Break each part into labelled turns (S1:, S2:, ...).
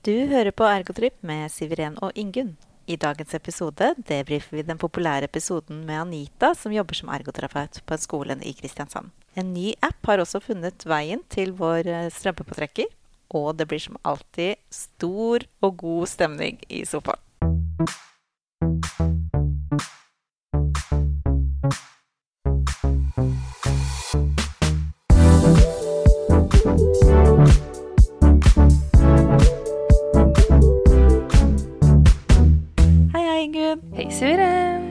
S1: Du hører på Ergotrip med Siveren og Ingunn. I dagens episode debrifer vi den populære episoden med Anita, som jobber som ergoterapeut på en skole i Kristiansand. En ny app har også funnet veien til vår eh, strømpepåtrekker, og det blir som alltid stor og god stemning i sofaen. Hei, hei, Ingunn.
S2: Hei, Siviren.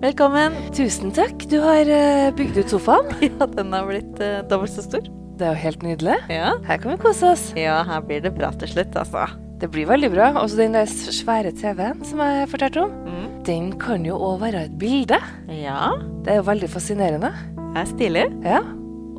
S1: Velkommen.
S2: Tusen takk. Du har eh, bygd ut sofaen.
S1: Ja, den har blitt eh, dobbelt så stor.
S2: Det er jo helt nydelig.
S1: Ja.
S2: Her kan vi kose oss.
S1: ja, her blir det bra til slutt, altså.
S2: Det blir veldig bra. Også den der s- svære TV-en som jeg fortalte om,
S1: Mm.
S2: den kan jo òg være et bilde.
S1: Ja,
S2: Det er jo veldig fascinerende.
S1: det er stilig.
S2: Ja.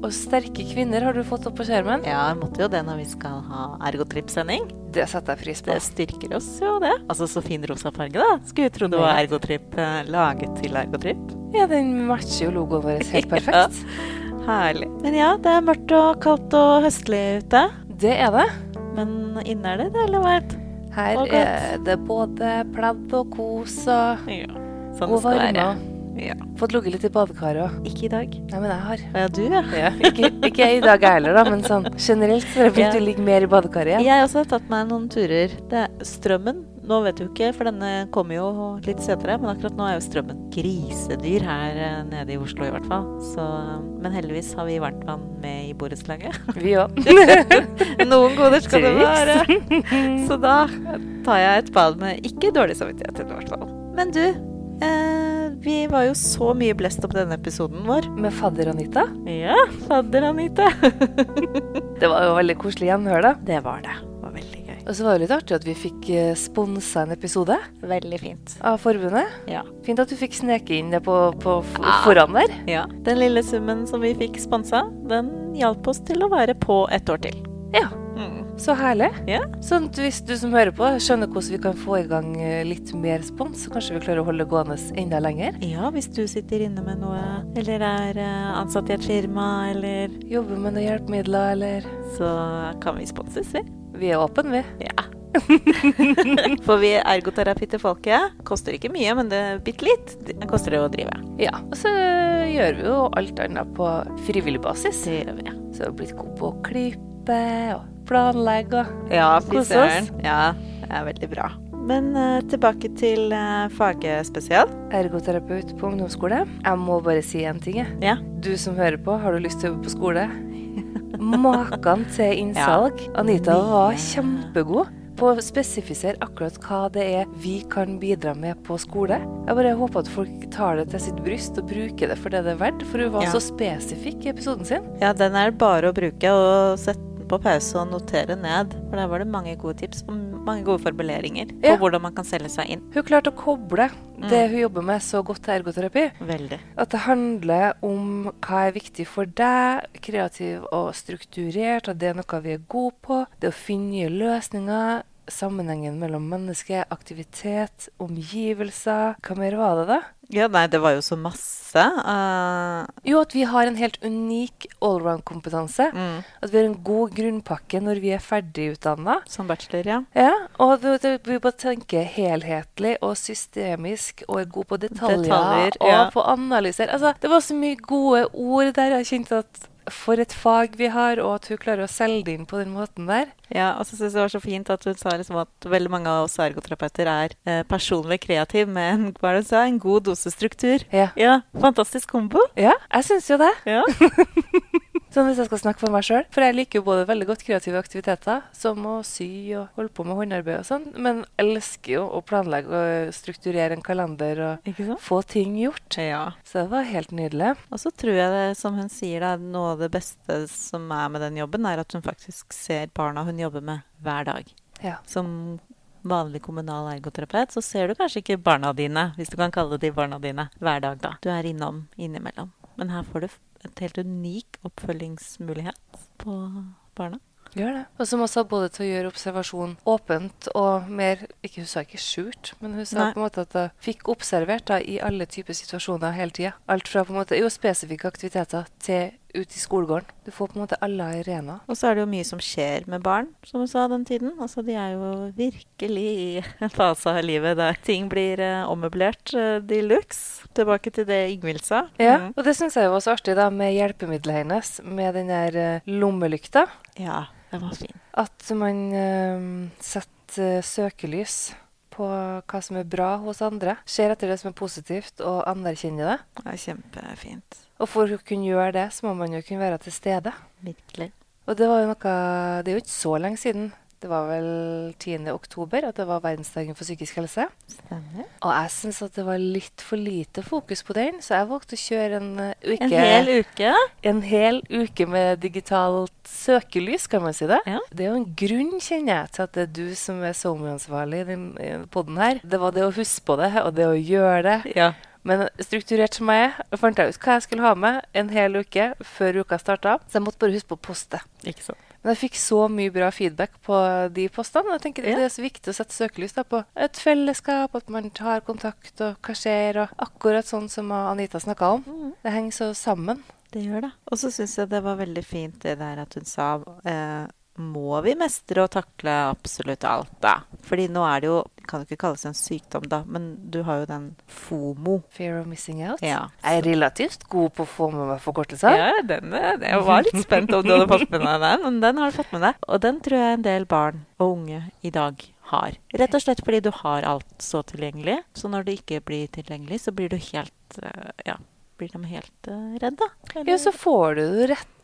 S2: Og sterke kvinner har du fått opp på skjermen.
S1: Ja, jeg måtte jo det når vi skal ha ergotrip-sending.
S2: Det setter jeg pris på.
S1: Det styrker oss jo, det. Altså så fin rosa farge, da. Skulle jo tro det var ergotrip eh, laget til ergotrip.
S2: Ja, den matcher jo logoen vår helt perfekt.
S1: Herlig. Men ja, det er mørkt og kaldt og høstlig ute.
S2: Det er det.
S1: Men inne er det deilig varmt.
S2: Her
S1: Og godt.
S2: er det både pledd og kos og
S1: Ja. Sånn det
S2: god
S1: skal være.
S2: varme.
S1: Ja.
S2: Fått ligget litt i badekaret òg.
S1: Ikke i dag.
S2: Nei, men jeg har.
S1: Å ja, du, ja.
S2: Ikke, ikke jeg i dag heller, da, men sånn generelt så har jeg begynt
S1: Ja.
S2: å ligge mer i badekaret igjen.
S1: Jeg også har tatt meg noen turer. Det er strømmen. Nå vet du ikke, for denne kommer jo litt senere, men akkurat nå er jo strømmen grisedyr her eh, nede i Oslo i hvert fall. Så, eh, men heldigvis har vi varmtvann med i borettslaget.
S2: Vi òg.
S1: Noen goder skal det
S2: Triks.
S1: være. Så da tar jeg et bad med ikke dårlig samvittighet i hvert fall. Men du, eh, vi var jo så mye blest om denne episoden vår.
S2: Med fadder Anita.
S1: Ja, fadder Anita.
S2: Det var jo veldig koselig gjenhør, da.
S1: Det var det. Det var veldig gøy.
S2: Og så var det litt artig at vi fikk eh, sponsa en episode
S1: Veldig fint.
S2: av forbundet.
S1: Ja.
S2: Fint at du fikk sneke inn det på, på f
S1: Ah.
S2: foran der.
S1: Ja. Den lille summen som vi fikk sponsa, den hjalp oss til å være på et år til.
S2: Ja.
S1: Mm.
S2: Så herlig.
S1: Ja.
S2: Sånn at hvis du som hører på, skjønner hvordan vi kan få i gang eh, litt mer spons, så kanskje vi klarer å holde det gående enda lenger.
S1: Ja, hvis du sitter inne med noe, eller er eh, ansatt i et firma, eller
S2: Jobbe med noen hjelpemidler, eller
S1: Så kan vi sponses, vi.
S2: Vi er åpne, vi.
S1: Ja. For vi ergoterapi til folket koster ikke mye, men det bitte litt det koster det å drive.
S2: Ja. Og så gjør vi jo alt annet på frivillig basis.
S1: Det gjør vi.
S2: Så det har blitt god på å klippe og planlegge og
S1: Ja,
S2: Kos oss.
S1: Ja, det er veldig bra. Men eh, tilbake til eh, faget spesielt.
S2: ergoterapeut på ungdomsskole. Jeg må bare si én ting. jeg.
S1: Ja.
S2: Du som hører på, har du lyst til å jobbe på skole? Maken til innsalg. Anita var kjempegod på å spesifisere akkurat hva det er vi kan bidra med på skole. Jeg bare håper at folk tar det til sitt bryst og bruker det for det det er verdt, for hun var
S1: Ja.
S2: så spesifikk i episoden sin.
S1: Ja, den er det bare å bruke og sette den på pause og notere ned. For der var det mange gode tips og mange gode formuleringer på
S2: Ja.
S1: hvordan man kan selge seg inn.
S2: Hun klarte å koble det hun jobber med, så godt til ergoterapi.
S1: Veldig.
S2: At det handler om hva er viktig for deg, kreativ og strukturert, at det er noe vi er gode på, det å finne nye løsninger, sammenhengen mellom menneske, aktivitet, omgivelser. Hva mer var det, da?
S1: Ja, nei, det var jo så masse. eh,
S2: Jo, at vi har en helt unik allround-kompetanse.
S1: Mm.
S2: At vi har en god grunnpakke når vi er ferdigutdanna.
S1: som bachelor, ja.
S2: Ja, og at vi- at vi bare tenker helhetlig og systemisk og er god på detaljer,
S1: Detaljer,
S2: og
S1: ja.
S2: på analyser. Altså, det var så mye gode ord der. Jeg kjente at for et fag vi har, og at hun klarer å selge det inn på den måten der.
S1: Ja, og så synes jeg det var så fint at hun sa liksom at veldig mange av oss ergoterapeuter er eh, personlig kreativ med en, hva er det hun sa, en god dose struktur.
S2: Ja.
S1: Ja, fantastisk kombo.
S2: Ja, jeg syns jo det.
S1: Ja.
S2: Sånn hvis jeg skal snakke for meg sjøl. For jeg liker jo både veldig godt kreative aktiviteter, som å sy og holde på med håndarbeid og sånn, men elsker jo å planlegge og strukturere en kalender og
S1: Ikke sant?
S2: få ting gjort.
S1: Ja.
S2: Så det var helt nydelig.
S1: Og så tror jeg det, som hun sier, da, noe av det beste som er med den jobben, er at hun faktisk ser barna hun jobber med hver dag.
S2: Ja.
S1: Som vanlig kommunal ergoterapeut så ser du kanskje ikke barna dine, hvis du kan kalle de barna dine, hver dag, da. Du er innom innimellom. Men her får du f- et helt unik oppfølgingsmulighet på barna.
S2: Gjør det. Og som også har både til å gjøre observasjon åpent og mer ikke, Hun sa ikke skjult, men hun sa
S1: Nei.
S2: på en måte at hun fikk observert da, i alle typer situasjoner hele tida. Alt fra på en måte, jo spesifikke aktiviteter til ute i skolegården. Du får på en måte alle arenaer.
S1: Og så er det jo mye som skjer med barn, som jeg sa den tiden. Altså, de er jo virkelig i en fase av livet der ting blir eh, ommøblert eh, de luxe. Tilbake til det Ingvild sa.
S2: Ja,
S1: Mm.
S2: og det syns jeg jo var så artig da, med hjelpemiddelet hennes, med den der eh, lommelykta.
S1: ja den var fin.
S2: At man eh, setter eh, søkelys på hva som er bra hos andre. Ser etter det som er positivt, og anerkjenner det.
S1: Ja, kjempefint.
S2: Og for å kunne gjøre det, så må man jo kunne være til stede.
S1: Virkelig.
S2: Og det var jo noe Det er jo ikke så lenge siden. Det var vel 10. oktober at det var verdensdagen for psykisk helse.
S1: Stemmer.
S2: Og jeg syns at det var litt for lite fokus på den, så jeg valgte å kjøre en eh, uke
S1: En hel uke.
S2: en hel uke med digitalt søkelys, kan man si det.
S1: Ja.
S2: Det er jo en grunn, kjenner jeg, til at det er du som er SoMe-ansvarlig i den poden her. Det var det å huske på det, og det å gjøre det.
S1: Ja.
S2: Men strukturert som jeg er, fant jeg ut hva jeg skulle ha med en hel uke før uka starta. Så jeg måtte bare huske på å poste.
S1: Ikke sant.
S2: Men jeg fikk så mye bra feedback på de postene. og Jeg tenker
S1: Ja.
S2: Det er så viktig å sette søkelys da, på et fellesskap, at man tar kontakt, og hva skjer, og akkurat sånn som Anita snakka om. Det henger så sammen.
S1: Det gjør det. Og så syns jeg det var veldig fint det der at hun sa eh, må vi mestre og takle absolutt alt, da? Fordi nå er det jo Det kan jo ikke kalles en sykdom, da, men du har jo den FOMO.
S2: Fear of missing out.
S1: Ja.
S2: Jeg er relativt god på å få med meg forkortelser.
S1: Ja, den, eh, jeg var litt spent om du hadde fått med deg den, men den har du fått med deg. Og den tror jeg en del barn og unge i dag har. Rett og slett fordi du har alt så tilgjengelig. Så når det ikke blir tilgjengelig, så blir du helt eh, Ja, blir de helt eh, redd, da.
S2: Ja, så får du det rett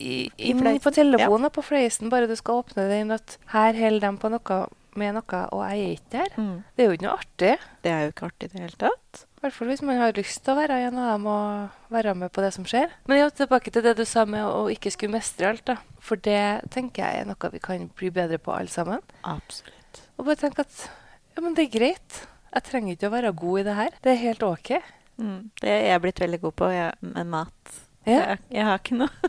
S2: i,
S1: I
S2: inn
S1: fleisen,
S2: på telefonen og på fleisen, bare du skal åpne den at her holder de på noe med noe, og jeg er ikke der.
S1: Mm.
S2: Det er jo ikke noe artig.
S1: Det er jo ikke artig i det hele tatt.
S2: I hvert fall hvis man har lyst til å være en av dem og være med på det som skjer. Men ja, tilbake til det du sa med å ikke skulle mestre alt, da. For det tenker jeg er noe vi kan bli bedre på alle sammen.
S1: Absolutt.
S2: Og bare tenke at ja, men det er greit. Jeg trenger ikke å være god i det her. Det er helt OK.
S1: Mm. Det er jeg blitt veldig god på, jeg, med mat.
S2: Ja.
S1: Jeg, jeg har ikke noe.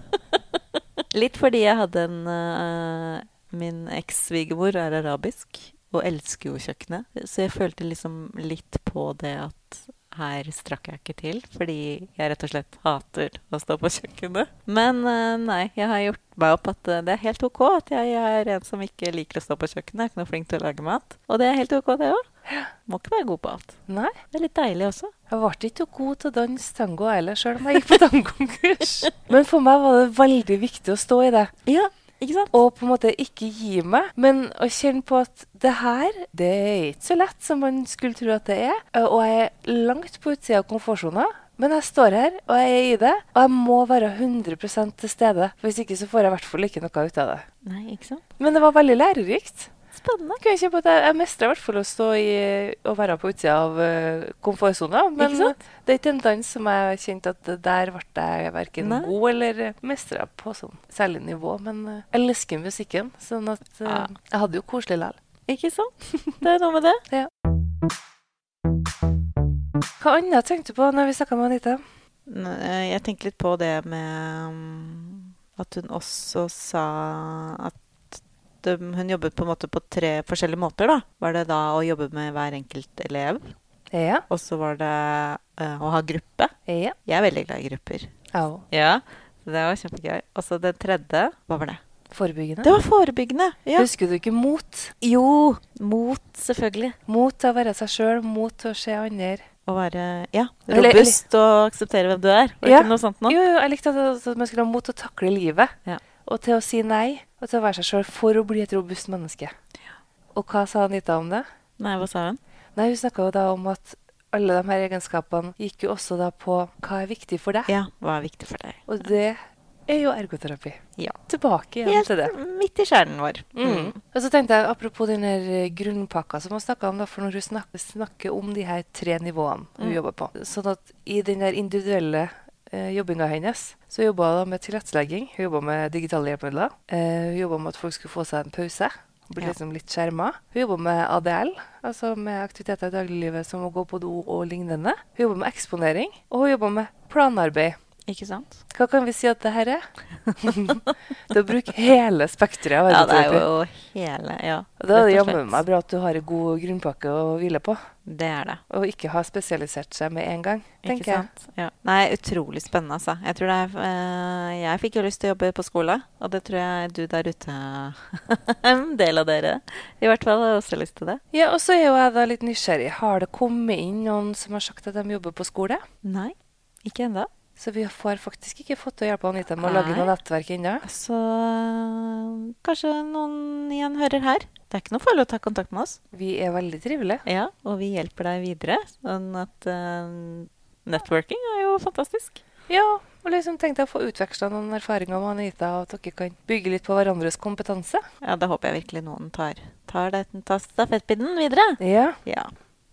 S1: Litt fordi jeg hadde en eh, Min eks-svigermor er arabisk og elsker jo kjøkkenet. Så jeg følte liksom litt på det at her strakk jeg ikke til, fordi jeg rett og slett hater å stå på kjøkkenet. Men eh, nei, jeg har gjort meg opp at eh, det er helt OK at jeg er en som ikke liker å stå på kjøkkenet. Jeg er ikke noe flink til å lage mat. Og det er helt OK, det òg. Må ikke være god på alt.
S2: Nei.
S1: Det er litt deilig også.
S2: Jeg ble ikke god til å danse tango heller, sjøl om jeg gikk på tangokurs. Men for meg var det veldig viktig å stå i det,
S1: Ja, ikke sant?
S2: og på en måte ikke gi meg. Men å kjenne på at det her, det er ikke så lett som man skulle tro at det er. Eh, Og jeg er langt på utsida av komfortsona. Men jeg står her, og jeg er i det, og jeg må være 100 til stede. Hvis ikke så får jeg i hvert fall ikke noe ut av det.
S1: Nei, ikke sant?
S2: Men det var veldig lærerikt.
S1: Spennende.
S2: Jeg, kunne kjenne på at jeg, jeg mestrer i hvert fall å stå i og være på utsida av eh, komfortsona. Men
S1: Ikke sant?
S2: det er ikke en dans som jeg kjente at det der ble jeg verken
S1: Nei.
S2: god eller mestra på sånn særlig nivå. Men eh, jeg elsker musikken, sånn at eh,
S1: Ja.
S2: jeg hadde jo koselig likevel.
S1: Ikke sant? Det er noe med det.
S2: Hva annet tenkte du på når vi snakka med Anita?
S1: Nei, eh, Jeg tenkte litt på det med mm, at hun også sa at de, hun jobbet på en måte på tre forskjellige måter. da. Var det da å jobbe med hver enkelt elev,
S2: Ja.
S1: og så var det eh, å ha gruppe.
S2: Ja.
S1: Jeg er veldig glad i grupper.
S2: Au.
S1: Ja, så Det var kjempegøy. Og så det tredje Hva var det?
S2: Forebyggende.
S1: Det var forebyggende. Ja.
S2: Husker du ikke mot?
S1: Jo. Mot, selvfølgelig.
S2: Mot til å være seg sjøl, mot til å se andre.
S1: Å være ja,
S2: Eller-
S1: robust og akseptere hvem du er. Og
S2: Ja.
S1: ikke noe sånt noe.
S2: Jo, jo, jeg likte at, at man skulle ha mot til å takle livet.
S1: Ja.
S2: Og til å si nei, og til å være seg sjøl for å bli et robust menneske. Og hva sa Anita om det?
S1: Nei, hva sa hun?
S2: Nei, Hun snakka jo da om at alle de her egenskapene gikk jo også da på hva er viktig for deg.
S1: Ja, hva er viktig for deg?
S2: Og det er jo ergoterapi.
S1: Ja.
S2: Tilbake igjen
S1: Helt
S2: til det.
S1: midt i kjernen vår.
S2: Mm. Og så tenkte jeg, Apropos den her eh, grunnpakka som hun snakka om, da, for når hun snakker, snakker om de her tre nivåene hun
S1: Mm.
S2: jobber på Sånn at i den der individuelle eh, jobbinga hennes, så jobba hun da med tilrettelegging. Hun jobba med digitale hjelpemidler. Eh, hun jobba med at folk skulle få seg en pause. Bli
S1: Ja.
S2: liksom litt skjerma. Hun jobber med ADL, altså med aktiviteter i dagliglivet som å gå på do og lignende. Hun jobber med eksponering, og hun jobber med planarbeid.
S1: Ikke sant?
S2: Hva kan vi si at det her er? det å bruke hele spekteret av
S1: Ja, det er
S2: arbeidsterapi.
S1: jo hele Ja.
S2: Og Da er det
S1: rett og
S2: jammen meg
S1: slett.
S2: bra at du har en god grunnpakke å hvile på,
S1: Det er det.
S2: og ikke har spesialisert seg med en gang.
S1: Ikke
S2: tenker jeg.
S1: sant? Ja. Nei, utrolig spennende, altså. Jeg tror det er eh, Jeg fikk jo lyst til å jobbe på skole, og det tror jeg du der ute, en del av dere, i hvert fall har også lyst til det.
S2: Ja, Og så er jo jeg da litt nysgjerrig. Har det kommet inn noen som har sagt at de jobber på skole?
S1: Nei, ikke ennå.
S2: Så vi får faktisk ikke fått til å hjelpe Anita med å lage
S1: Nei.
S2: noe nettverk ennå.
S1: Så eh, kanskje noen igjen hører her. Det er ikke noe farlig å ta kontakt med oss.
S2: Vi er veldig trivelige.
S1: Ja, og vi hjelper deg videre. Sånn at eh, networking er jo fantastisk.
S2: Ja, og liksom tenkte jeg å få utveksla noen erfaringer med Anita, og at dere kan bygge litt på hverandres kompetanse.
S1: Ja, da håper jeg virkelig noen tar, tar, det, tar stafettpinnen videre.
S2: Ja,
S1: Ja.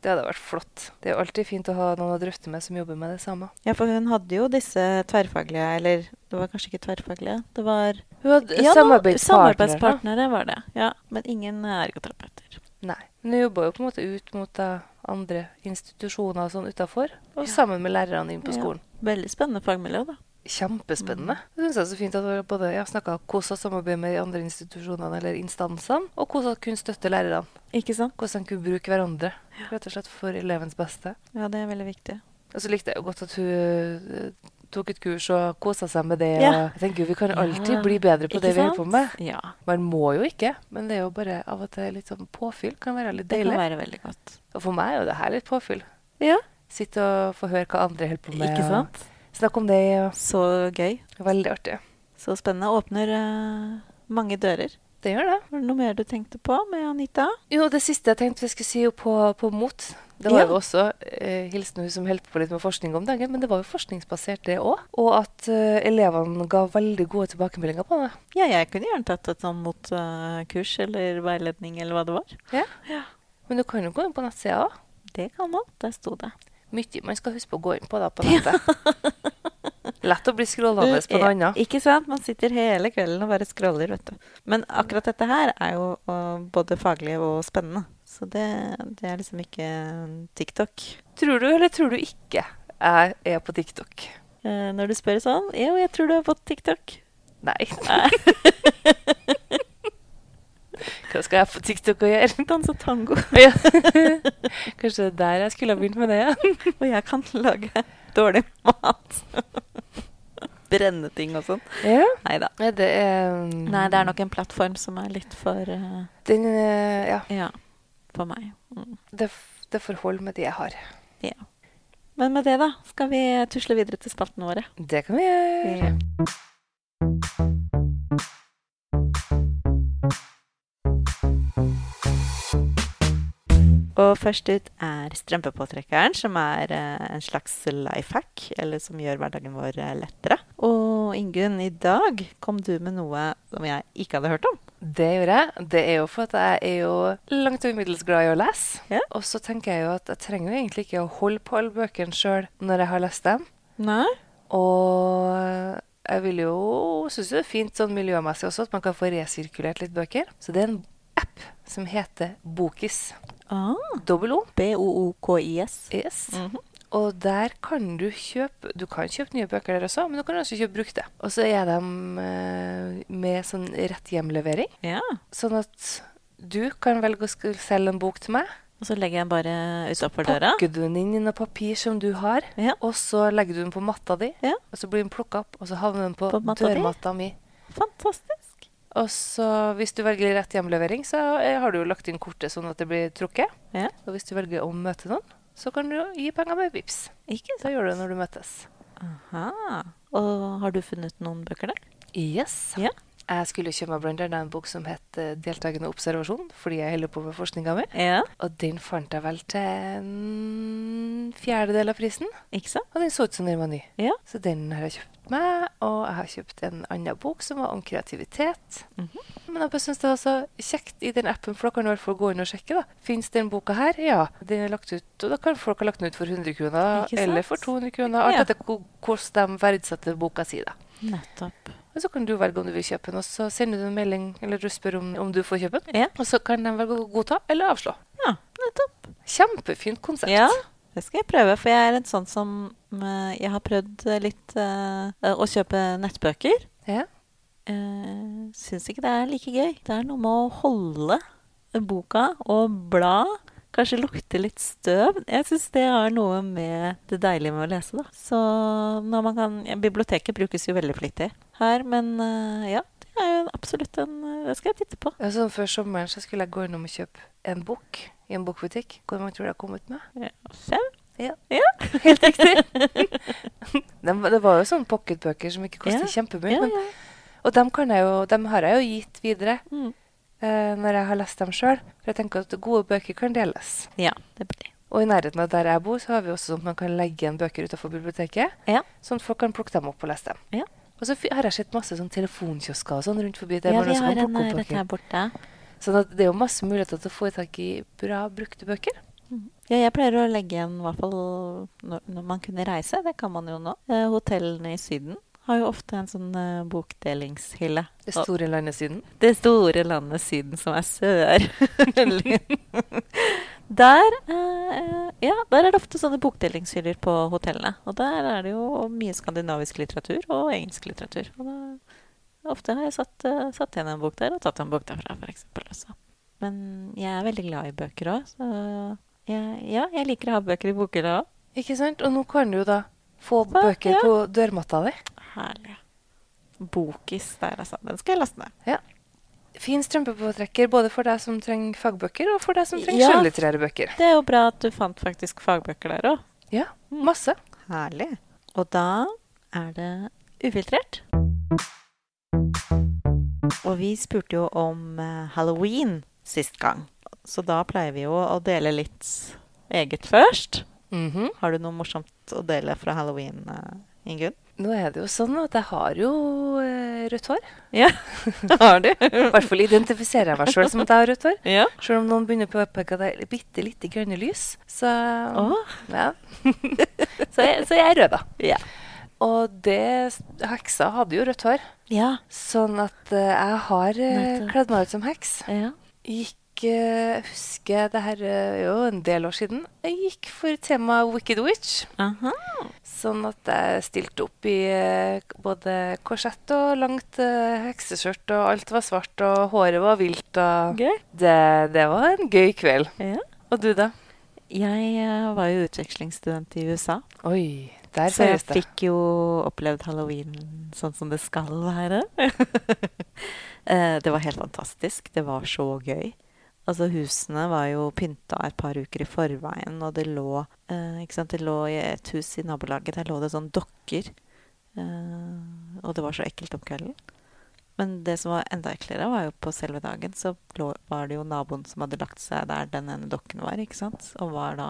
S2: det hadde vært flott. Det er jo alltid fint å ha noen å drøfte med som jobber med det samme.
S1: ja, for hun hadde jo disse tverrfaglige, eller det var kanskje ikke tverrfaglige, det var
S2: Hun hadde
S1: Ja, noen
S2: samarbeidspartner. da.
S1: samarbeidspartnere var det. Ja, men ingen ergoterapeuter.
S2: Nei. Men hun jobba jo på en måte ut mot da, andre institusjoner og sånn utafor, og sammen med lærerne inn på
S1: Ja. Mm.
S2: skolen.
S1: Veldig spennende fagmiljø, da.
S2: Kjempespennende. Jeg synes det er så fint at vi både ja, snakka hvordan samarbeid med de andre institusjonene eller instansene, og hvordan kunne støtte lærerne.
S1: Ikke sant?
S2: Hvordan kunne bruke hverandre rett og slett for elevens beste.
S1: Ja, det er veldig viktig.
S2: Og så likte jeg jo godt at hun eh, tok et kurs og kosa seg med det.
S1: Ja.
S2: Og jeg tenker jo vi kan alltid
S1: Ja.
S2: bli bedre på det vi holder på med.
S1: Ja.
S2: Man må jo ikke, men det er jo bare av og til litt sånn påfyll kan være litt
S1: Det
S2: deilig.
S1: kan være veldig godt.
S2: Og for meg er jo det her litt påfyll.
S1: Ja,
S2: Sitte og få høre hva andre holder på med.
S1: ikke
S2: og
S1: sant?
S2: Snakke om det.
S1: Så gøy.
S2: Og veldig artig.
S1: Så spennende. Åpner eh, mange dører.
S2: Det gjør det.
S1: Var det noe mer du tenkte på med Anita?
S2: Jo, det siste jeg tenkte vi skulle si jo på, på mot. Det var
S1: Ja.
S2: jo også eh, hilsen hun som holdt på litt med forskning om dagen, men det var jo forskningsbasert, det òg. Og at eh, elevene ga veldig gode tilbakemeldinger på det.
S1: Ja, jeg kunne gjerne tatt et sånn motkurs eller veiledning eller hva det var.
S2: Men du kan jo gå inn på nettsida òg.
S1: Det kan man. Der sto det.
S2: Mye man skal huske på å gå inn på da på nettet. Lett å bli scrollende på noe annet.
S1: eh, Ikke sant? Man sitter hele kvelden og bare scroller, vet du. Men akkurat dette her er jo øh, både faglig og spennende. Så det, det er liksom ikke TikTok.
S2: Tror du eller tror du ikke jeg er på TikTok?
S1: Eh, Når du spør sånn Jo, jeg tror du er på TikTok.
S2: Nei. Hva skal jeg på TikTok å gjøre?
S1: Danse tango.
S2: Ja. Kanskje det er der jeg skulle ha begynt med det? ja.
S1: Og jeg kan lage dårlig mat. Brenne ting og sånn.
S2: Ja.
S1: Nei da.
S2: Nei, det er um,
S1: Nei, det er nok en plattform som er litt for eh,
S2: den, eh, Ja,
S1: Ja, for meg. Mm.
S2: det, f- det får holde med de jeg har.
S1: Men med det, da, skal vi tusle videre til spaltene våre.
S2: Det kan vi gjøre.
S1: Og først ut er strømpepåtrekkeren, som er eh, en slags life hack, eller som gjør hverdagen vår eh, lettere. Og Ingunn, i dag kom du med noe som jeg ikke hadde hørt om.
S2: Det gjør jeg. Det er jo for at jeg er jo langt over middels glad i å lese.
S1: Ja.
S2: Og så tenker jeg jo at jeg trenger jo egentlig ikke å holde på alle bøkene sjøl når jeg har lest dem.
S1: Nei?
S2: Og jeg vil jo synes det er fint sånn miljømessig også at man kan få resirkulert litt bøker. Så det er en app som heter Bokis.
S1: Ah,
S2: Dobbel O.
S1: B-O-O-K-I-S.
S2: Yes.
S1: Mhm.
S2: Og der kan du kjøpe Du kan kjøpe nye bøker der også, men du kan også kjøpe brukte. Og så er de eh, med sånn rett hjem-levering,
S1: Ja.
S2: sånn at du kan velge å sk- selge en bok til meg.
S1: Og så legger jeg den bare utafor døra.
S2: Pakker du den inn i noe papir som du har,
S1: Ja.
S2: og så legger du den på matta di.
S1: Ja.
S2: Og så blir den plukka opp, og så havner den på,
S1: På matta di?
S2: dørmatta mi.
S1: Fantastisk.
S2: Og så hvis du velger rett hjemlevering, så eh, har du jo lagt inn kortet sånn at det blir trukket.
S1: Ja.
S2: Og hvis du velger å møte noen, så kan du gi penger med VIPs.
S1: Ikke
S2: Da gjør du det når du møtes.
S1: Aha. Og har du funnet noen bøker der?
S2: Yes.
S1: Ja.
S2: Jeg skulle kjøpe meg blant annet en bok som het eh, 'Deltakende observasjon', fordi jeg holder på med forskninga mi.
S1: Ja.
S2: Og den fant jeg vel til en fjerdedel av prisen.
S1: Ikke sant?
S2: Og den så ut som den var ny.
S1: Ja.
S2: Så den har jeg kjøpt meg, og jeg har kjøpt en annen bok som var om kreativitet.
S1: Mhm.
S2: Men jeg bare synes det var så kjekt i den appen, for da kan du i hvert fall gå inn og sjekke. da. Fins den boka her? Ja. Den er lagt ut, og da kan folk ha lagt den ut for 100 kroner,
S1: Ikke sant?
S2: eller for 200 kroner, alt
S1: Ja.
S2: etter hvor- hvordan de verdsetter boka si. da.
S1: Nettopp.
S2: Og så kan du velge om du vil kjøpe den, og så sender du en melding eller du spør om, om du får kjøpe den.
S1: Ja.
S2: Og så kan de velge å godta eller avslå.
S1: Ja, nettopp.
S2: Kjempefint konsept.
S1: Ja, det skal jeg prøve, for jeg er en sånn som med Jeg har prøvd eh, litt eh, å kjøpe nettbøker.
S2: Ja.
S1: Uh, Syns ikke det er like gøy. Det er noe med å holde boka og bla. Kanskje lukte litt støv. Jeg syns det har noe med det deilige med å lese, da. Så når man kan ja, Biblioteket brukes jo veldig flittig her, men eh, ja. Det er jo absolutt en eh, Det skal jeg titte på.
S2: Ja, sånn før sommeren så skulle jeg gå innom og kjøpe en bok i en bokbutikk. Hvor mange tror du jeg kom ut med?
S1: Ja, Fem?
S2: Ja.
S1: ja.
S2: Helt riktig. det, det var jo sånne pocketbøker som ikke koster
S1: Ja.
S2: kjempemye.
S1: Ja,
S2: men-
S1: ja.
S2: Og dem, kan jeg jo, dem har jeg jo gitt videre
S1: Mm.
S2: eh, når jeg har lest dem sjøl. For jeg tenker at gode bøker kan deles.
S1: ja, det blir det.
S2: Og i nærheten av der jeg bor, så har vi også sånn at man kan legge igjen bøker utenfor biblioteket.
S1: Ja.
S2: Sånn at folk kan plukke dem opp og lese dem.
S1: Ja.
S2: Og så fi- har jeg sett masse sånn telefonkiosker og sånn rundt forbi der.
S1: ja,
S2: man
S1: vi
S2: også kan
S1: har en
S2: plukke opp
S1: her,
S2: bøker.
S1: rett her borte.
S2: Sånn at det er jo masse muligheter til å få tak i bra brukte bøker.
S1: Ja, jeg pleier å legge igjen, i hvert fall når, når man kunne reise. Det kan man jo nå. Eh, hotellene i Syden har jo ofte en sånn eh, bokdelingshylle.
S2: Det
S1: Og
S2: store landet Syden.
S1: det store landet Syden som er sør. der, eh, ja, der er det ofte sånne bokdelingshyller på hotellene. Og der er det jo mye skandinavisk litteratur og engelsk litteratur. Og da, ofte har jeg satt, eh, satt igjen en bok der og tatt en bok derfra, f.eks. også. Men jeg er veldig glad i bøker òg, så jeg, ja, jeg liker å ha bøker i bokhylla òg.
S2: Ikke sant? Og nå kan du jo da få
S1: Hva?
S2: bøker
S1: Ja.
S2: på dørmatta di.
S1: Herlig. Bokis der, altså. Den skal jeg laste ned.
S2: Fin strømpepåtrekker både for deg som trenger fagbøker, og for deg som trenger
S1: Ja.
S2: skjønnlitterære bøker.
S1: Det er jo bra at du fant faktisk fagbøker der òg.
S2: Ja, masse.
S1: Herlig. Og da er det ufiltrert. Og vi spurte jo om eh, halloween sist gang, så da pleier vi jo å dele litt eget først.
S2: Mhm.
S1: Har du noe morsomt å dele fra halloween, eh, Ingunn?
S2: Nå er det jo sånn at jeg har jo eh, rødt hår.
S1: Ja, har du?
S2: I hvert fall identifiserer jeg meg sjøl som at jeg har rødt hår.
S1: ja.
S2: Sjøl om noen begynner på å påpeke at jeg er bitte lite grønne lys. Så,
S1: Åh.
S2: ja. så, jeg, så jeg er rød, da.
S1: Ja.
S2: Og det Heksa hadde jo rødt hår.
S1: Ja.
S2: Sånn at eh, jeg har eh,
S1: Nettopp.
S2: kledd meg ut som heks.
S1: ja.
S2: Gikk eh, husker det her eh, er jo en del år siden. Jeg gikk for temaet Wicked Witch.
S1: Aha.
S2: Sånn at jeg stilte opp i eh, både korsett og langt eh, hekseskjørt, og alt var svart, og håret var vilt, og
S1: Gøy.
S2: det, det var en gøy kveld.
S1: Ja.
S2: Og du, da?
S1: Jeg eh, var jo utvekslingsstudent i USA,
S2: Oi, der
S1: så jeg
S2: feires det.
S1: fikk jo opplevd halloween sånn som det skal være. Eh, det var helt fantastisk. Det var så gøy. Altså, husene var jo pynta et par uker i forveien, og det lå eh, ikke sant? Det lå i et hus i nabolaget, der lå det sånn dokker. Eh, og det var så ekkelt om kvelden. Men det som var enda eklere, var jo på selve dagen. Så lå, var det jo naboen som hadde lagt seg der den ene dokken var, ikke sant? Og var da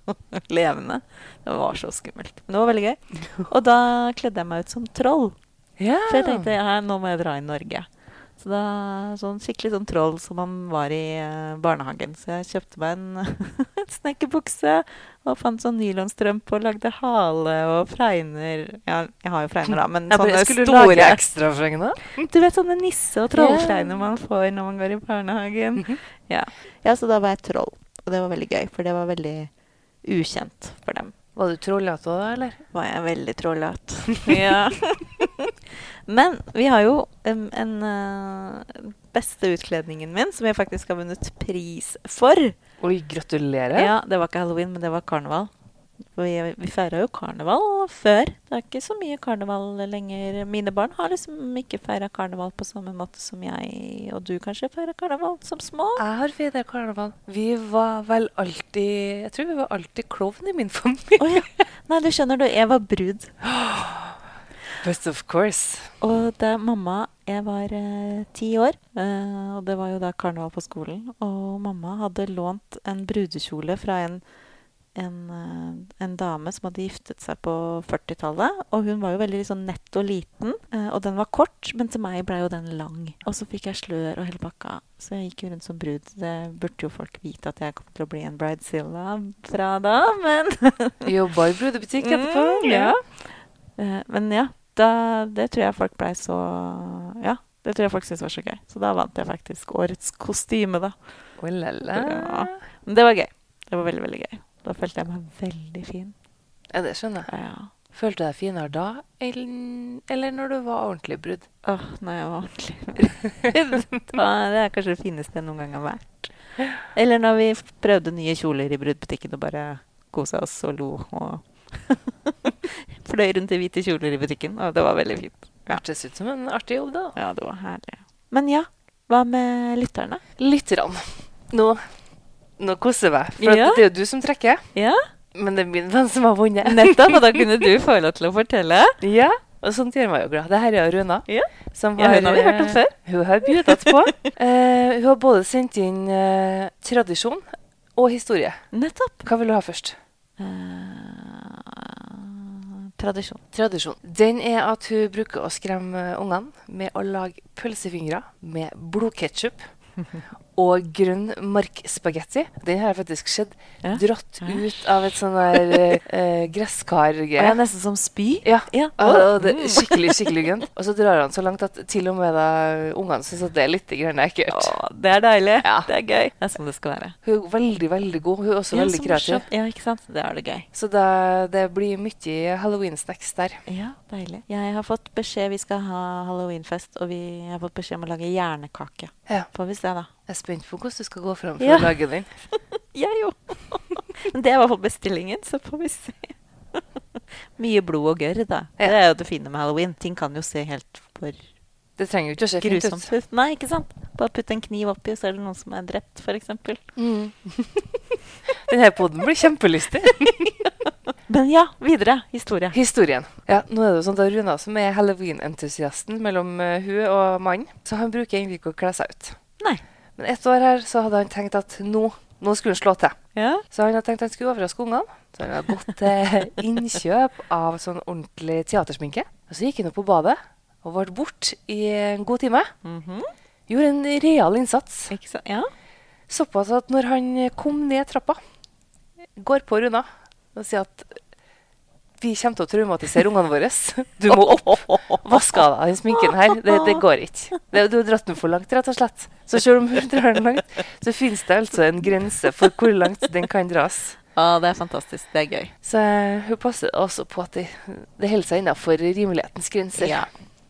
S1: levende. Det var så skummelt. Men det var veldig gøy. Og da kledde jeg meg ut som troll.
S2: Ja.
S1: For jeg tenkte ja, nå må jeg dra i Norge. Så da, sånn Skikkelig sånn troll som man var i eh, barnehagen. Så jeg kjøpte meg en snekkerbukse og fant sånn nylonstrømpe og lagde hale og fregner. Ja, jeg har jo fregner, da, men
S2: Jeg bare,
S1: sånne
S2: skulle du
S1: store
S2: lage ekstrafregner?
S1: du vet sånne nisse- og trollfregner man får når man går i barnehagen.
S2: Mhm.
S1: ja. Mm. ja, så da var jeg troll. Og det var veldig gøy, for det var veldig ukjent for dem.
S2: Var du trollete òg, da, eller?
S1: Var jeg veldig trollete. ja. Men vi har jo em, en eh, beste utkledningen min, som jeg faktisk har vunnet pris for.
S2: Oi, gratulerer.
S1: Ja, Det var ikke halloween, men det var karneval. For Vi, vi feira jo karneval før. Det er ikke så mye karneval lenger. Mine barn har liksom ikke feira karneval på samme måte som jeg og du kanskje feira karneval som små.
S2: Jeg har feira karneval. Vi var vel alltid Jeg tror vi var alltid klovn i min familie.
S1: Å ja. Nei, du skjønner du, jeg var brud.
S2: But of course.
S1: Og da mamma Jeg var eh, ti år, eh, og det var jo da karneval på skolen. Og mamma hadde lånt en brudekjole fra en, en, eh, en dame som hadde giftet seg på 40-tallet. Og hun var jo veldig sånn nett og liten, eh, og den var kort, men til meg blei jo den lang. Og så fikk jeg slør og hele pakka, så jeg gikk jo rundt som brud. Det burde jo folk vite at jeg kom til å bli en bridezilla fra da, men
S2: Jobba i brudebutikk etterpå.
S1: Mm, ja. Eh, Men ja, da, det tror jeg folk blei så Ja, det tror jeg folk syntes var så gøy. Så da vant jeg faktisk årets kostyme, da.
S2: Oh, la, la.
S1: Ja. Men det var gøy. Det var veldig, veldig gøy. Da følte jeg meg veldig fin.
S2: Ja, det skjønner jeg.
S1: Ja.
S2: Følte du deg finere da enn- eller når du var ordentlig brudd?
S1: Åh, når jeg var ordentlig Da, Det er kanskje det fineste jeg noen gang har vært. Eller når vi prøvde nye kjoler i bruddbutikken og bare kosa oss og lo og fløy rundt i hvite kjoler i butikken, og det var veldig fint. Ja.
S2: Hørtes ut som en artig jobb, da.
S1: Ja, det var herlig. Men ja, hva med lytterne?
S2: Lytterne. Nå, nå koser jeg meg. For
S1: Ja.
S2: at det er jo du som trekker.
S1: Ja,
S2: Men det er min venn som har vunnet.
S1: nettopp. Og da kunne du få lov til å fortelle.
S2: Ja, og sånt gjør meg jo glad. Det her er jo Runa.
S1: Ja.
S2: som
S1: Ja, hun har vi hørt om
S2: eh,
S1: før.
S2: Hun har bjudet på. Eh, hun har både sendt inn eh, tradisjon og historie.
S1: Nettopp. Eh,
S2: Hva vil du ha først?
S1: tradisjon.
S2: Tradisjon. Den er at hun bruker å skremme ungene med å lage pølsefingre med blodketchup og grønn markspagetti. Den har faktisk skjedd
S1: Ja.
S2: dratt
S1: Ja.
S2: ut av et sånn der eh, eh,
S1: Det
S2: gresskargreie.
S1: er nesten som spy.
S2: Ja.
S1: Ja. Mm.
S2: Og, og det er skikkelig skikkelig gønt. Og så drar han så langt at til og med da ungene syns at det er litt grann ekkelt.
S1: Åh, det er deilig.
S2: Ja.
S1: Det er gøy. Det er sånn det skal være.
S2: Hun er veldig, veldig god. Hun er også
S1: Ja,
S2: veldig
S1: så
S2: kreativ.
S1: morsomt. Ja, ikke sant? Det er det gøy.
S2: Så det, det blir mye halloween-snacks der.
S1: Ja, deilig. Jeg har fått beskjed vi skal ha halloweenfest, og vi har fått beskjed om å lage hjernekake.
S2: Ja.
S1: Får vi se, da.
S2: Jeg er spent på hvordan du skal gå fram for
S1: Ja.
S2: å lage den.
S1: Jeg jo. Men det er i hvert fall bestillingen, så får vi se. Mye blod og gørr, da.
S2: Ja.
S1: Det er jo det fine med halloween. Ting kan jo se helt for
S2: Det trenger jo ikke å se fint
S1: grusomt
S2: ut.
S1: ut. Nei, ikke sant? Bare putt en kniv oppi, så er det noen som er drept, f.eks.
S2: Mm. Denne poden blir kjempelystig.
S1: Men ja, videre. Historie.
S2: Historien. Ja, nå er det jo sånn at Runa som er halloween-entusiasten mellom eh, hun og mannen, så han bruker egentlig ikke å kle seg ut.
S1: Nei.
S2: Men ett år her så hadde han tenkt at nå, nå skulle han slå til.
S1: Ja.
S2: Så han hadde tenkt han skulle overraske ungene. Så han hadde gått til innkjøp av sånn ordentlig teatersminke. Og så gikk han opp på badet og ble borte i en god time.
S1: Mhm.
S2: Gjorde en real innsats.
S1: Ikke sant? Ja.
S2: Såpass at når han kom ned trappa, går på Runa og sier at vi kommer til å traumatisere ungene våre. Du må opp. Vaske av deg den sminken her. Det, det går ikke. Det, du har dratt den for langt, rett og slett. Så selv om hun drar den langt, så finnes det altså en grense for hvor langt den kan dras.
S1: Å, det er fantastisk. Det er gøy.
S2: Så eh, hun passer også på at det, det holder seg innafor rimelighetens grenser.
S1: Ja,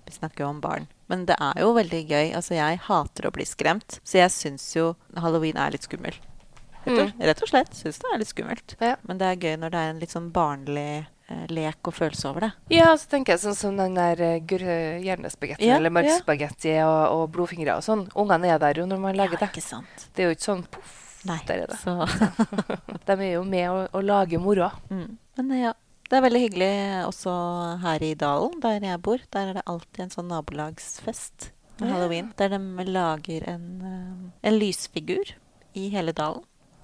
S1: vi snakker jo om barn. Men det er jo veldig gøy. Altså, jeg hater å bli skremt, så jeg syns jo halloween er litt skummel. Rett og,
S2: Mm.
S1: rett og slett syns det er litt skummelt.
S2: Ja.
S1: Men det er gøy når det er en litt sånn barnlig eh, lek og følelse over det.
S2: Ja, så tenker jeg sånn som den der eh, grø- hjernespagettien
S1: Ja,
S2: eller mørkspagetti og, og blodfingre og sånn. Ungene er der jo når man lager det.
S1: ikke sant?
S2: Det er jo ikke sånn poff,
S1: Nei.
S2: der er det.
S1: Så,
S2: De er jo med å, å lage moroa.
S1: mm. Men ja. Det er veldig hyggelig også her i Dalen, der jeg bor. Der er det alltid en sånn nabolagsfest med
S2: Ja.
S1: halloween. Der de lager en, eh, en lysfigur i hele dalen.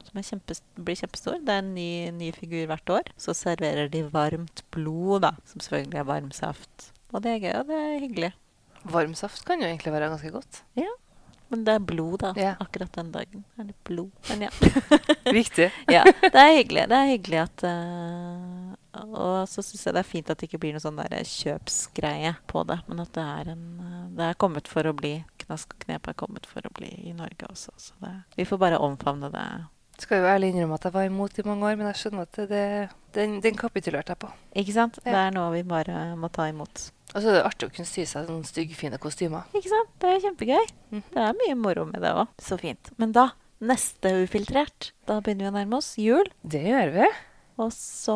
S1: Som er kjempe, blir kjempestor. Det er en ny, ny figur hvert år. Så serverer de varmt blod, da. Som selvfølgelig er varmsaft. Og det er gøy, og det er hyggelig.
S2: Varm saft kan jo egentlig være ganske godt.
S1: Men det er blod, da.
S2: Ja.
S1: Akkurat den dagen er det blod. Men ja.
S2: Viktig.
S1: ja, det er hyggelig. Det er hyggelig at eh, Og så syns jeg det er fint at det ikke blir noe sånn der kjøpsgreie på det. Men at det er en eh, Det er kommet for å bli. Knask og knep er kommet for å bli i Norge også. Så det, vi får bare omfavne det.
S2: Skal jo ærlig innrømme at jeg var imot i mange år, men jeg skjønner at det, det, den, den kapitulerte jeg på.
S1: Ikke sant?
S2: Ja.
S1: Det er noe vi bare må ta imot.
S2: Og så er det artig å kunne sy seg noen styggfine kostymer.
S1: Ikke sant? Det er jo kjempegøy.
S2: Mhm.
S1: Det er mye moro med det òg. Så fint. Men da, neste Ufiltrert, da begynner vi å nærme oss jul.
S2: Det gjør vi.
S1: Og så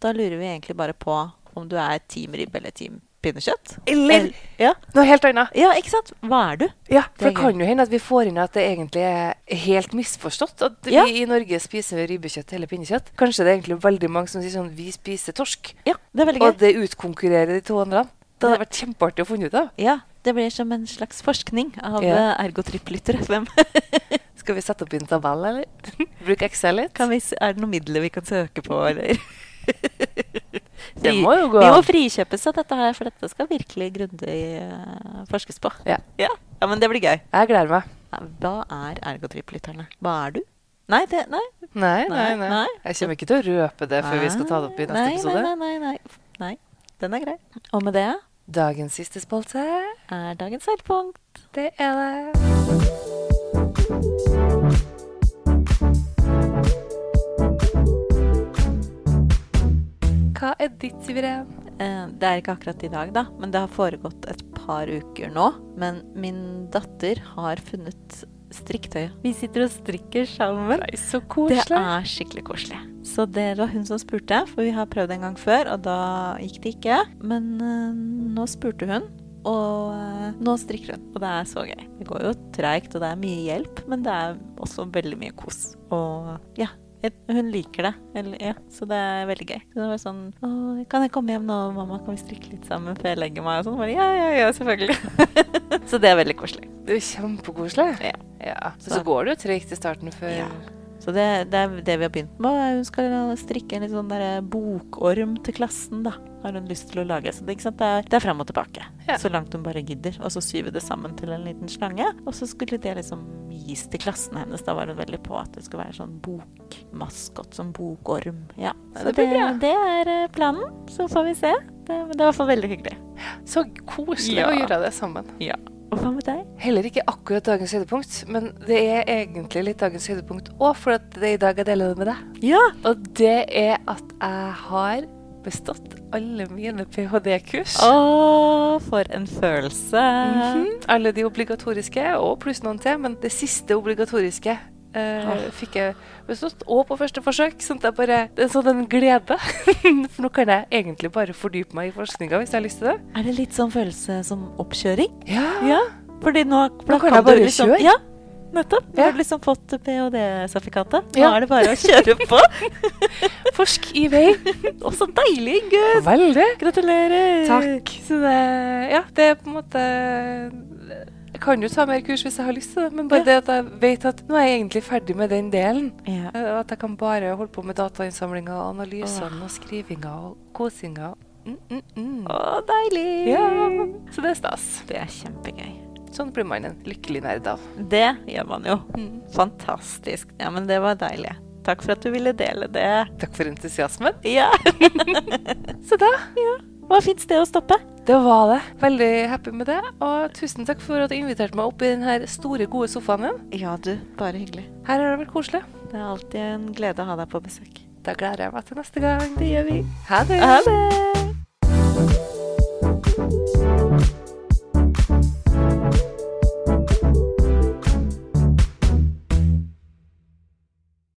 S1: Da lurer vi egentlig bare på om du er Team ribbe eller Team pinnekjøtt.
S2: Eller
S1: Ja.
S2: noe helt annet.
S1: Ja, ikke sant? Hva er du?
S2: Ja,
S1: Det
S2: for
S1: er
S2: det kan jo hende at vi får inn at det egentlig er helt misforstått. At
S1: Ja.
S2: vi i Norge spiser ribbekjøtt eller pinnekjøtt. Kanskje det er egentlig veldig mange som sier sånn vi spiser torsk.
S1: Ja, det er veldig
S2: Og
S1: gøy.
S2: det utkonkurrerer de to andre. Det hadde vært kjempeartig å finne ut av.
S1: Ja, det blir som en slags forskning av
S2: Ja.
S1: eh, ergotripp-lyttere. Hvem
S2: Skal vi sette opp en tabell, eller? Bruke Excel litt?
S1: kan vi, s- er det noen midler vi kan søke på, eller?
S2: Det må jo gå
S1: Vi må
S2: an.
S1: frikjøpes av dette her, for dette skal virkelig grundig eh, forskes på.
S2: Ja.
S1: ja. Ja, men det blir gøy.
S2: Jeg gleder meg.
S1: Ja, Hva er ergotripp-lytterne? Hva er du? Nei, det, nei.
S2: Nei, nei,
S1: Nei,
S2: nei.
S1: nei.
S2: Jeg kommer ikke til å røpe det før vi skal ta det opp i neste
S1: nei,
S2: episode.
S1: Nei, nei, nei, nei. nei. Den er grei. Og med det
S2: Dagens siste spalte,
S1: er dagens høydepunkt.
S2: det er det. er ditt, Siveren?
S1: Eh, Det er ikke akkurat i dag, da, men det har foregått et par uker nå. Men min datter har funnet strikketøy. Vi sitter og strikker sammen.
S2: Nei, så
S1: Det
S2: koselig.
S1: er skikkelig koselig. Så det var hun som spurte, for vi har prøvd en gang før, og da gikk det ikke. Men eh, nå spurte hun, og eh, nå strikker hun. Og det er så gøy. Det går jo treigt, og det er mye hjelp, men det er også veldig mye kos. Og ja. jeg- Hun liker det, eller, ja, så det er veldig gøy. Så det var sånn Å, 'Kan jeg komme hjem nå, mamma? Kan vi strikke litt sammen før jeg legger meg?' Og sånn. Bare, ja, ja, ja, selvfølgelig. så det er veldig koselig.
S2: Det er jo kjempekoselig.
S1: Ja.
S2: Ja. Så,
S1: Så-
S2: så går det jo tregt i starten før
S1: Ja. Så det, det er det vi har begynt med. og Hun skal strikke en litt sånn der bokorm til klassen, da. Har hun lyst til å lage. Så det, ikke sant? det er, det er fram og tilbake.
S2: Ja.
S1: Så langt hun bare gidder. Og så syve det sammen til en liten slange. Og så skulle det liksom gis til klassen hennes. Da var hun veldig på at det skulle være sånn bokmaskot, sånn bokorm. Ja.
S2: Ja,
S1: Så
S2: det
S1: det,
S2: blir bra.
S1: det er eh, planen. Så får vi se. Det, men det er i hvert fall veldig hyggelig.
S2: Så koselig
S1: Ja.
S2: å gjøre det sammen.
S1: Og hva med deg?
S2: Heller ikke akkurat dagens høydepunkt, men det er egentlig litt dagens høydepunkt òg, for at det i dag jeg deler det med deg.
S1: Ja!
S2: Og det er at jeg har bestått alle mine ph.d.-kurs.
S1: Å, for en følelse.
S2: Mhm. Alle de obligatoriske, og pluss noen til, men det siste obligatoriske eh,
S1: Ah.
S2: fikk jeg bestått. Og på første forsøk. Sånn at jeg bare, det er sånn en glede. For nå kan jeg egentlig bare fordype meg i forskninga hvis jeg har lyst til det.
S1: Er det litt sånn følelse som oppkjøring?
S2: Ja.
S1: Ja, fordi nå, for da
S2: kan jeg bare
S1: du liksom,
S2: kjøre.
S1: Ja, nettopp. Nå
S2: Ja.
S1: har du liksom fått ph.d.-sertifikatet. Nå
S2: Ja.
S1: er det bare å kjøre på.
S2: Forsk i vei.
S1: Å, så deilig, Ingunn!
S2: Veldig.
S1: Gratulerer.
S2: Takk. Så det, ja, det er på en måte Jeg kan jo ta mer kurs hvis jeg har lyst til det, men bare
S1: Ja.
S2: det at jeg vet at nå er jeg egentlig ferdig med den delen.
S1: Ja.
S2: eh, Og at jeg kan bare holde på med datainnsamlinga og analysene og skrivinga og kosinga. Mm, mm, mm.
S1: Å, deilig.
S2: Ja, så det er stas.
S1: Det er kjempegøy.
S2: Sånn blir man en lykkelig nerd av.
S1: Det gjør man jo.
S2: Mm.
S1: Fantastisk. Ja, men det var deilig. Takk for at du ville dele det.
S2: Takk for entusiasmen.
S1: Ja.
S2: Så da,
S1: Hva fint sted å stoppe.
S2: det var det. Veldig happy med det. Og tusen takk for at du inviterte meg opp i den her store, gode sofaen din.
S1: Ja, du. Bare hyggelig.
S2: Her har det vært koselig.
S1: Det er alltid en glede å ha deg på besøk.
S2: Da gleder jeg meg til neste gang.
S1: Det gjør vi.
S2: Ha det!
S1: Ha det.